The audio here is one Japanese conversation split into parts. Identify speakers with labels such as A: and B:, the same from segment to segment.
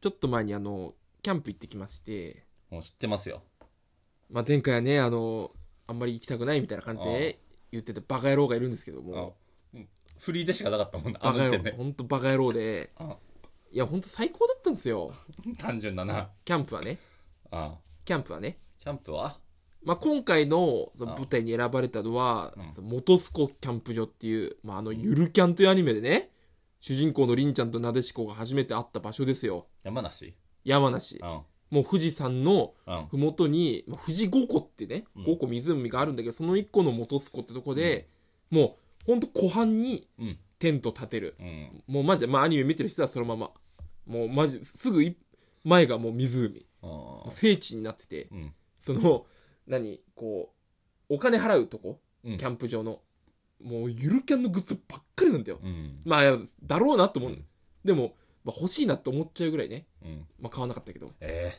A: ちょっと前にあの、キャンプ行ってきまして、
B: もう知ってますよ。
A: まあ、前回はね、あの、あんまり行きたくないみたいな感じでね言ってたバカ野郎がいるんですけども、
B: うんフリーでしかなかったもんな。
A: バ
B: あの
A: カ
B: 時
A: 野
B: 点
A: 郎、
B: で。
A: ほんとバカ野郎で、
B: あ
A: いや、ほんと最高だったんですよ。
B: 単純だな。
A: キャンプはね、
B: あ
A: キャンプはね。
B: キャンプは
A: まあ、今回のその
B: あ
A: 舞台に選ばれたのは
B: うん、
A: その元栖湖キャンプ場っていう、まあ、あの、ゆるキャンというアニメでね、主人公のりんちゃんとなでしこが初めて会った場所ですよ。
B: 山梨
A: 山梨
B: う。ん。
A: もう富士山の
B: うん。
A: ふもとに、まあ富士五湖ってね、
B: うん
A: 五湖湖があるんだけど、その一個の元栖湖ってとこで、もう、ほんと湖畔に
B: うん。
A: テント立てる。
B: うん。
A: もうマジで、まあアニメ見てる人はそのまま。もうマジ、すぐい前がもう湖。
B: うん
A: もう聖地になってて、
B: うん。
A: その、何、こう、お金払うとこ、
B: うん
A: キャンプ場の。もうゆるキャンのグッズばっかりなんだよ。
B: うん。
A: まあ、だろうなと思う。
B: うん
A: でも、まあ、欲しいなって思っちゃうぐらいね。
B: うん。
A: まあ、買わなかったけど。
B: え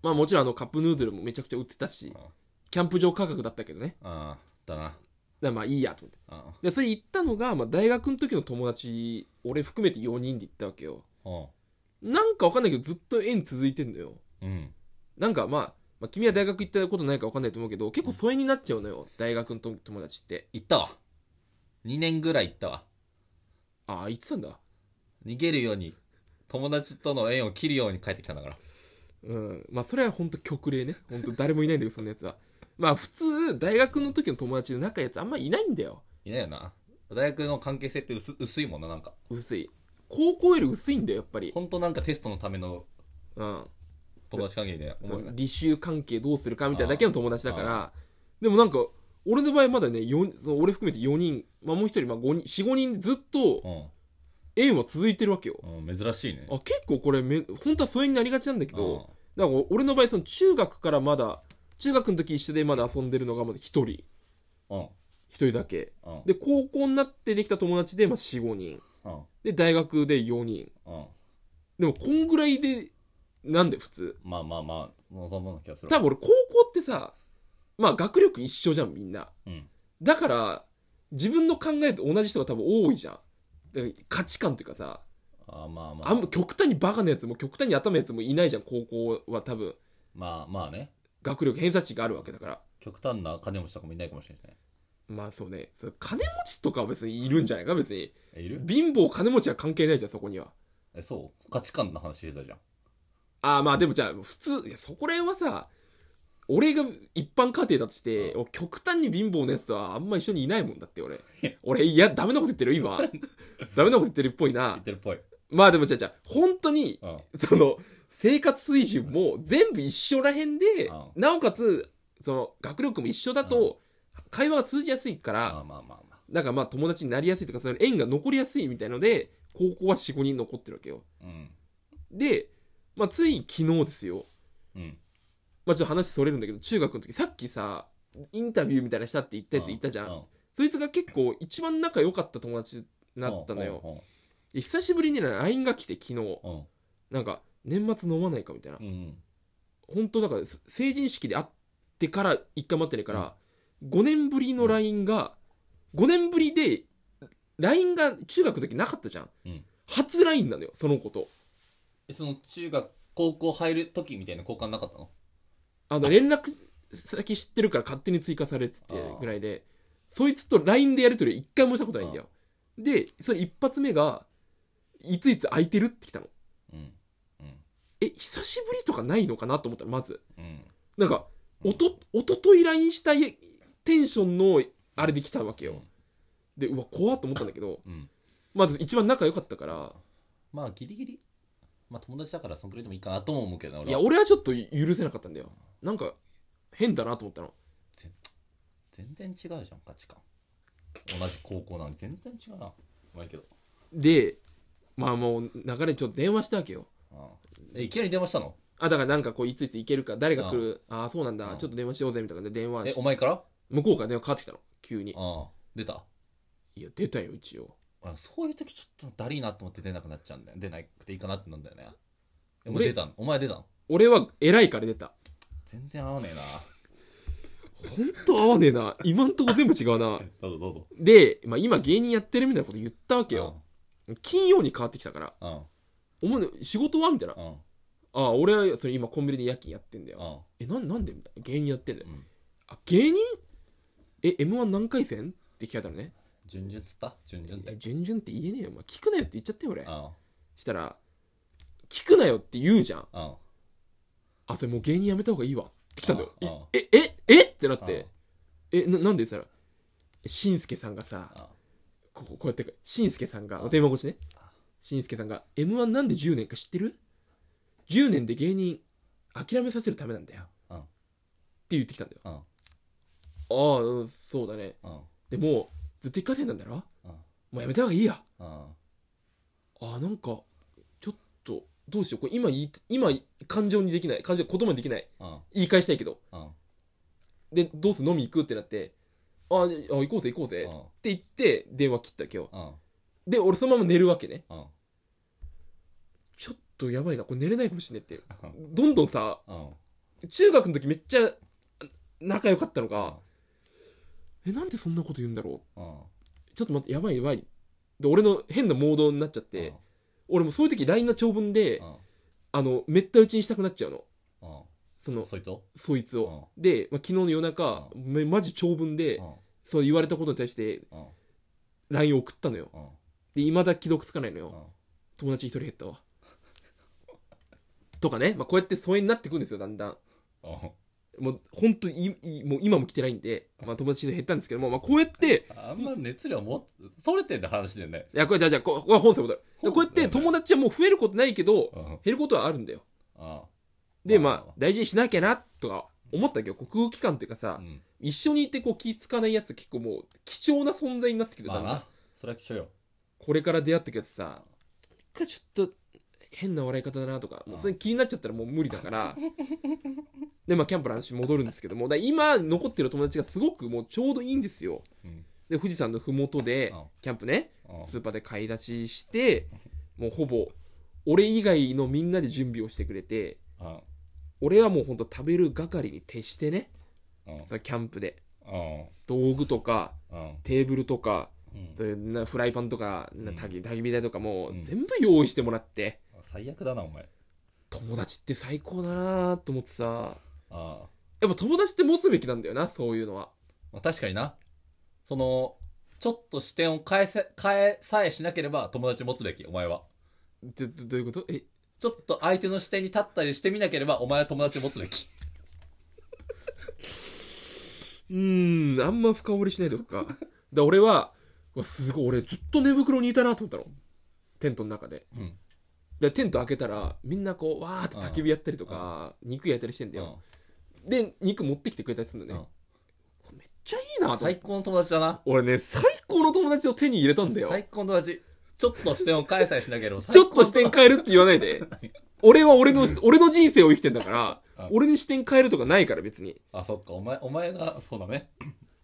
A: まあもちろんあのカップヌードルもめちゃくちゃ売ってたし
B: ああ、
A: キャンプ場価格だったけどね。
B: えああだな。
A: だからまあいいやと思って。
B: あ
A: で、それ行ったのが、まあ大学の時の友達、俺含めて4人で行ったわけよ。
B: あうん。
A: なんかわかんないけどずっと縁続いてんのよ。
B: うん。
A: なんかまあ、まあ君は大学行ったことないかわかんないと思うけど、結構疎遠になっちゃうのよ。大学のと友達って。
B: 行ったわ。2年ぐらい行ったわ。
A: ああ、行ってたんだ。
B: 逃げるように、友達との縁を切るように帰ってきたんだから。
A: うん。まあそれは本当極例ね。本当誰もいないんだけど、そんなやつは。まあ普通、大学の時の友達で仲いいやつあんまいないんだよ。
B: いないよな。大学の関係性って薄薄いもんな、なんか。
A: 薄い。高校より薄いんだよ、やっぱり。
B: ほんとなんかテストのための
A: うん。
B: 友達関係で
A: そ
B: 思うよ
A: の
B: ね。
A: 履修関係どうするかみたいなだけの友達だからでもなんか俺の場合まだね四その俺含めて4人、まあ、もう1人、まあ、5人45人でずっと縁は続いてるわけよ
B: うん。うん、珍しいね。
A: あ結構これめ本当は疎遠になりがちなんだけ
B: うん
A: どだから俺の場合その中学からまだ中学の時一緒でまだ遊んでるのがまだ1人1
B: うん。
A: 人だけ
B: うん。
A: で高校になってできた友達で、まあ、45人
B: うん。
A: で大学で4人
B: うん。
A: でもこんぐらいでなんで普通
B: まあまあまあ、望むような気がする。
A: 多分俺高校ってさまあ学力一緒じゃんみんな
B: うん。
A: だから、自分の考えと同じ人が多分多いじゃん。だから価値観っていうかさ、
B: あーまあまあ。
A: あんま極端にバカなやつも極端に頭のやつもいないじゃん、高校は多分。
B: まあまあね。
A: 学力偏差値があるわけだから。
B: 極端な金持ちとかもいないかもしれないね
A: まあそうね。それ金持ちとかは別にいるんじゃないか、別に。
B: え。いる
A: 貧乏金持ちは関係ないじゃん、そこには。
B: え、そう価値観の話してたじゃん。
A: ああ、まあでもじゃあ、普通、いや、そこら辺はさ、俺が一般家庭だとして、俺極端に貧乏なやつとはあんま一緒にいないもんだって、俺
B: や。
A: 俺、いや、ダメなこと言ってる 今。ダメなこと言ってるっぽい
B: 言
A: な
B: っ。てるっぽい。
A: まあでもじゃあじゃあ、本当に、
B: うん。
A: その、生活水準も全部一緒らへんで
B: うん、
A: なおかつ、その、学力も一緒だと、会話が通じやすいか
B: まあ
A: ら、
B: まあまあま
A: なんかまあ友達になりやすいとか、その縁が残りやすいみたいので、高校は4、5人残ってるわけよ。
B: あ。うん。
A: で、まあつい昨日ですよ。
B: うん。
A: まあちょっと話それるんだけど、中学の時、さっきさ、インタビューみたいなしたって言ったやついたじゃ。
B: うん
A: そいつが結構一番仲良かった友達に
B: ん。
A: なったのよ。
B: よ。
A: で久しぶりにね LINE が来て昨日、
B: うん。
A: なんか、年末飲まないかみたいな
B: う。ん。
A: 本当だからす成人式で会ってから一回待ってないから、5年ぶりの LINE が、5年ぶりで LINE が中学の時なかったじゃん、
B: うん
A: 初 LINE なのよその子と
B: え、その中学、高校入る時みたいな交換なかったの
A: あの連絡先知ってるから勝手に追加されててぐらいでそいつと LINE でやり取りは一回もしたことないんだよでそれ一発目がいついつ空いてるって来たの
B: うん。うん。
A: え久しぶりとかないのかなと思ったらまず
B: うん。
A: なんか、おと、おととい LINE したいテンションの、あれで来たわけよ。で、うわ、怖っと思ったんだけど、
B: うん。
A: まず一番仲良かったから、
B: まあ、ギリギリ。まあ、友達だから、そんくらいでもいいかなとも思うけどな、
A: い
B: 俺
A: や、
B: は。
A: 俺はちょっと許せなかったんだよ。なんか、変だなと思ったの。
B: 全然違うじゃん、価値観。同じ高校なのに全然違うな。うまいけど。
A: で、まあもう、流れちょっと電話したわけよ。
B: うんえ、いきなり電話したの
A: あ、だからなんかこう、いついつ行けるか、誰が来る、ああ、そうなんだ、
B: うん
A: ちょっと電話しようぜ、みたいな感じで電話
B: え、
A: し
B: お前から
A: 向こうから電話かかってきたの、急に。
B: ああ、出た
A: いや、出たよ、一応。
B: あそういう時ちょっとだりいなと思って出なくなっちゃうんだよ。出なくていいかなってなんだよね。でも
A: 俺
B: 出たのお前出たの
A: 俺は偉いから出た。
B: 全然合わねえな。
A: ほんと合わねえな。今んとこ全部違うな。
B: どうぞどうぞ。
A: で、まあ今芸人やってるみたいなこと言ったわけよ。
B: う
A: 金曜に変わってきたから、
B: ん。うん。
A: 「お前仕事は?」みたいな「あ
B: うん
A: あ俺はそれ今コンビニで夜勤やってんだよ」
B: う
A: え
B: ん
A: なんなんで?」みたいな「芸人やってんだよ」
B: うん
A: あ芸人え m 1何回戦?」って聞かれたのね
B: 順々っつった順々っ
A: 「え
B: て
A: 順々って言えねえよお前聞くなよ」って言っちゃったよ俺
B: うん
A: したら「聞くなよ」って言うじゃん
B: うん
A: あそれもう芸人やめた方がいいわって来たんだよ
B: ああ
A: いえええってなっ
B: あ
A: てえななんでって言ったらしんすけさんがさ
B: あ
A: こここうやってしんすけさんがお電話越しねしんすけさんが m 1なんで10年か知ってる ?10 年で芸人諦めさせるためなんだよ
B: うん
A: って言ってきたんだよ
B: うん
A: ああうんそうだね
B: うん
A: でもずっと一回戦なんだろも
B: うん
A: うやめた方がいいや
B: うん
A: ああなんかちょっとどうしようこれ今言い今感情にできない感情言葉にできない
B: うん
A: 言い返したいけど
B: うん
A: でどうする飲み行くってなってああであ行こうぜ行こうぜって言って電話切った今日
B: うん
A: で俺そのまま寝るわけね
B: うん
A: ちょっとやばいなこれ寝れないかもしれないってどんどんさ
B: うん
A: 中学の時めっちゃ仲良かったの
B: うん
A: がえなんでそんなこと言うんだろ
B: うん
A: うちょっと待ってやばいやばいで俺の変なモードになっちゃって俺もそういう時 LINE の長文で
B: うん
A: あのめった打ちにしたくなっちゃうの
B: うん
A: その
B: そいつを
A: そいつをで、まあ、昨日の夜中めマジ長文
B: う
A: で
B: ん
A: そう言われたことに対して
B: うん
A: LINE を送ったのよ
B: うん
A: で未だ既読つかないの
B: う
A: よ
B: ん
A: 友達一人減ったわ とかね、まあ、こうやって疎遠になってくんですよだんだん
B: うん
A: もう本当にいいもう今も来てないんで、まあ、友達一人減ったんですけども、まあ、こうやって
B: あんま熱量もそれてんだ話だよね
A: いやこれじゃあじゃあここれ本性戻る
B: 本
A: こうやって友達はもう増えることないけど
B: うん
A: 減ることはあるんだよ
B: うん
A: で
B: まあ
A: まあ大事にしなきゃなとか思ったけど国語機関っていうかさ、
B: うん
A: 一緒にいてこう気ぃつかないやつ結構もう貴重な存在になってくる
B: ま
A: だ
B: あ
A: んだん
B: なそれは貴重よ
A: これから出会ってくやつさなんかちょっと変な笑い方だなとかもうそれ気になっちゃったらもう無理だからでまあキャンプの話に戻るんですけどもだから今残ってる友達がすごくもうちょうどいいんですよ
B: うん
A: で富士山の麓で
B: うん
A: キャンプね
B: うん
A: スーパーで買い出ししてもうほぼ俺以外のみんなで準備をしてくれて
B: うん
A: 俺はもうほんと食べる係に徹してね
B: うん
A: それキャンプで
B: うん
A: 道具とか
B: うん
A: テーブルとか
B: うん
A: そういうなフライパンとかな
B: うん
A: 焚き焚き火台とかも
B: うん
A: 全部用意してもらって、
B: 最悪だなお前
A: 友達って最高だなと思ってさ
B: ああ
A: やっぱ友達って持つべきなんだよなそういうのは
B: まあ、確かにな。その、ちょっと視点を変えせ、変えさえしなければ友達持つべき、お前は。
A: どどどういうことえ
B: ちょっと相手の視点に立ったりしてみなければ、お前は友達持つべき。
A: うーんあんま深掘りしないでおくかだ俺はうわすごい俺ずっと寝袋にいたなと思ったのテントの中で
B: うん。
A: でテント開けたらみんなこうわーって焚き火やったりとか肉焼いたりしてんだ
B: うん。
A: よ、で肉持ってきてくれたりするんだよね、これめっちゃいいなと思って
B: 最高の友達だな。
A: 俺ね、最高の友達を手に入れたんだよ。
B: 最高の友達。ちょっと視点を変えさえしなければ、
A: ちょっと視点変えるって言わないで。俺は俺の、俺の人生を生きてんだか
B: う
A: ら
B: ん、
A: 俺に視点変えるとかないから別に。
B: あ、そっか、お前、お前が、そうだね。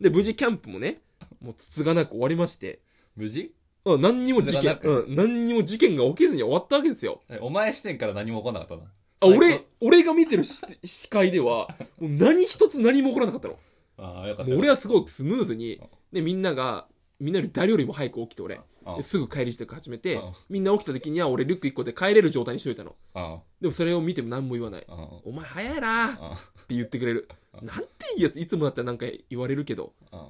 A: で、無事キャンプもね、もうつつがなく終わりまして、
B: 無事
A: うん、何にも事
B: つつが
A: 件
B: な、く
A: うん、何にも事件が起きずに終わったわけですよ。
B: えお前視点から何も起こらなかった
A: あ、
B: な。最
A: 俺、俺が見てるし視界では、もう何一つ何も起こらなかったの。
B: 高ああ、よかった
A: もう
B: よ
A: 俺
B: かっ
A: はすごくスムーズに、で、みんなが、みんなより誰よりも早く起きて俺、
B: た。うん
A: で。すぐ帰り支度始めて
B: うん、
A: みんな起きた時には俺リュック1個で帰れる状態にしといたの。
B: うん。
A: でもそれを見ても何も言わない。
B: うん。うん。
A: お前早いなって言ってくれる。なんていいやつ、いつもだったらなんか言われるけど、
B: うん。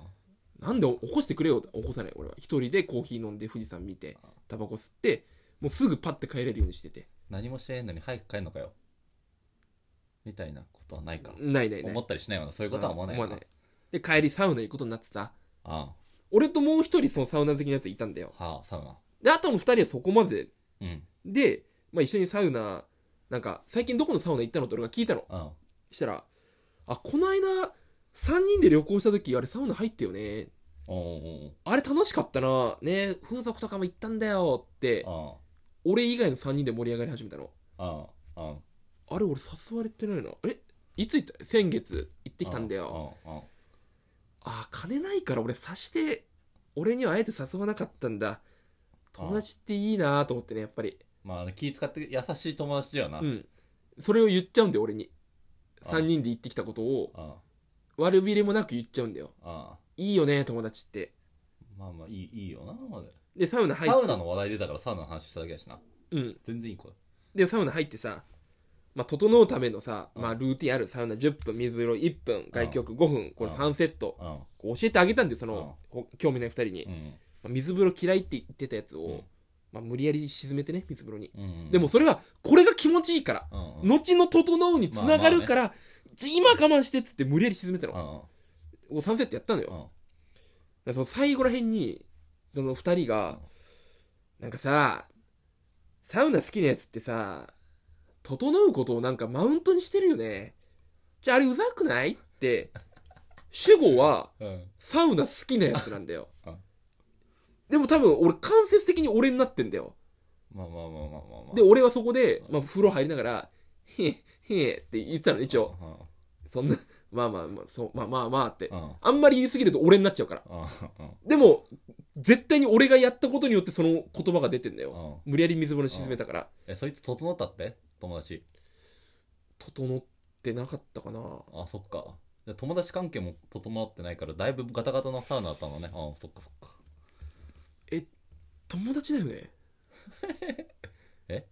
A: なんで起こしてくれよって起こさない俺は。一人でコーヒー飲んで富士山見て、タバコ吸って、もうすぐパッて帰れるようにしてて。
B: 何もしてないのに早く帰るのかよ。みたいなことはないか。
A: ないないない。
B: 思ったりしないよな。そういうことは思わないよな。
A: で、帰りサウナ行くことになってさ、
B: あ
A: 俺ともう一人そのサウナ好きのやついたんだよ。
B: あ、はあ、サウナ。
A: で、あとの二人はそこまで。
B: うん。
A: で、まあ一緒にサウナ、なんか、最近どこのサウナ行ったのって俺が聞いたの。
B: うん。
A: したら、あ、この間、三人で旅行した時、あれサウナ入ったよね。
B: おう
A: あれ楽しかったな。ね風俗とかも行ったんだよって
B: おう、おう。
A: 俺以外の3人で盛り上がり始めたの。
B: うん。うん。うん。
A: あれ、俺誘われてないな。えいつ行った先月行ってきたんだよ。
B: うん。うん。
A: あー、金ないから俺察して、俺にはあえて誘わなかったんだ。友達っていいなと思ってね、やっぱり。
B: まあ、気使って優しい友達だよな。
A: う
B: うん。
A: ん。それを言っちゃうんだよ、俺に。
B: あ
A: 3人で行ってきたことを、
B: うん。
A: 悪びれもなく言っちゃうんだよ。
B: ま
A: いいよね、友達って。
B: あまあ、いい、いいよな。まだ
A: で、サウナ入って。
B: サウナの話題出たからサウナの話しただけやしな。
A: うん。
B: 全然いい子だ。
A: で、サウナ入ってさ、まあ、整うためのさ、まあ、ルーティンある。サウナ10分、水風呂1分、外気浴5分、これ
B: うん
A: 3セット。
B: うん。
A: こう教えてあげたんで、その、ほ興味ない2人に。
B: うん。
A: まあ水風呂嫌いって言ってたやつを、
B: うん
A: まあ、無理やり沈めてね、水風呂に。
B: うん。
A: でも、それは、これが気持ちいいから、
B: うん。うん。
A: 後の整うにつながるから、ち今我慢してっつって無理やり沈めたの。お3セットやったのよ。だ
B: う
A: か
B: ん。
A: らその最後らへんに、その2人が、なんかさ、サウナ好きなやつってさ、整うことをなんかマウントにしてるよね。じゃああれうざくないって、主語は
B: うん。
A: サウナ好きなやつなんだよ
B: うん。
A: でも多分俺間接的に俺になってんだよ。
B: まあまあまあまあまあまあ。
A: で、俺はそこで、まあ風呂入りながら、へえ、へえって言ってたの、一応。そんな、まあまあまあ、そう、まあまあまあって
B: う。ん。うん。
A: あんまり言いすぎると俺になっちゃうから。
B: うん。
A: でも、絶対に俺がやったことによってその言葉が出てんだ
B: う
A: よ。
B: ん。うん。
A: 無理やり水風呂に沈めたから。
B: え、そいつ整ったって友達。
A: 整ってなかったかな
B: あ、そっか。じゃあ友達関係も整ってないから、だいぶガタガタのサウナだったのね。うん、そっかそっか。
A: 友達だよね
B: え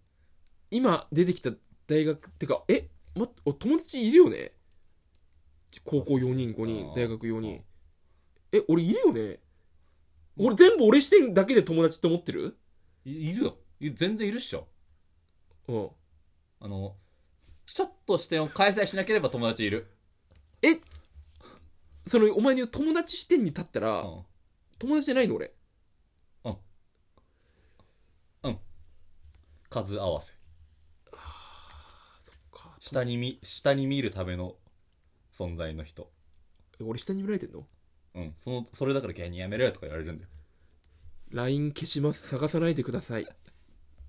A: 今出てきた大学ってかえまお友達いるよね高校4人5
B: あ
A: 人
B: ー
A: 大学4
B: うん
A: 人え俺いるよね俺全部俺視点だけで友達って思ってる
B: いいるよ。い全然いるっしょ。
A: うん
B: あの、ちょっと視点を開催しなければ友達いる。
A: そのお前に友達視点に立った
B: う
A: ら、
B: ん。
A: 友達じゃないの俺
B: 数合わせ。
A: か
B: 下に見、下に見るための存在の人。
A: え俺下に見られてんの
B: うん。その、それだから芸人やめろよとか言われるんだよ。
A: LINE 消します探さないでください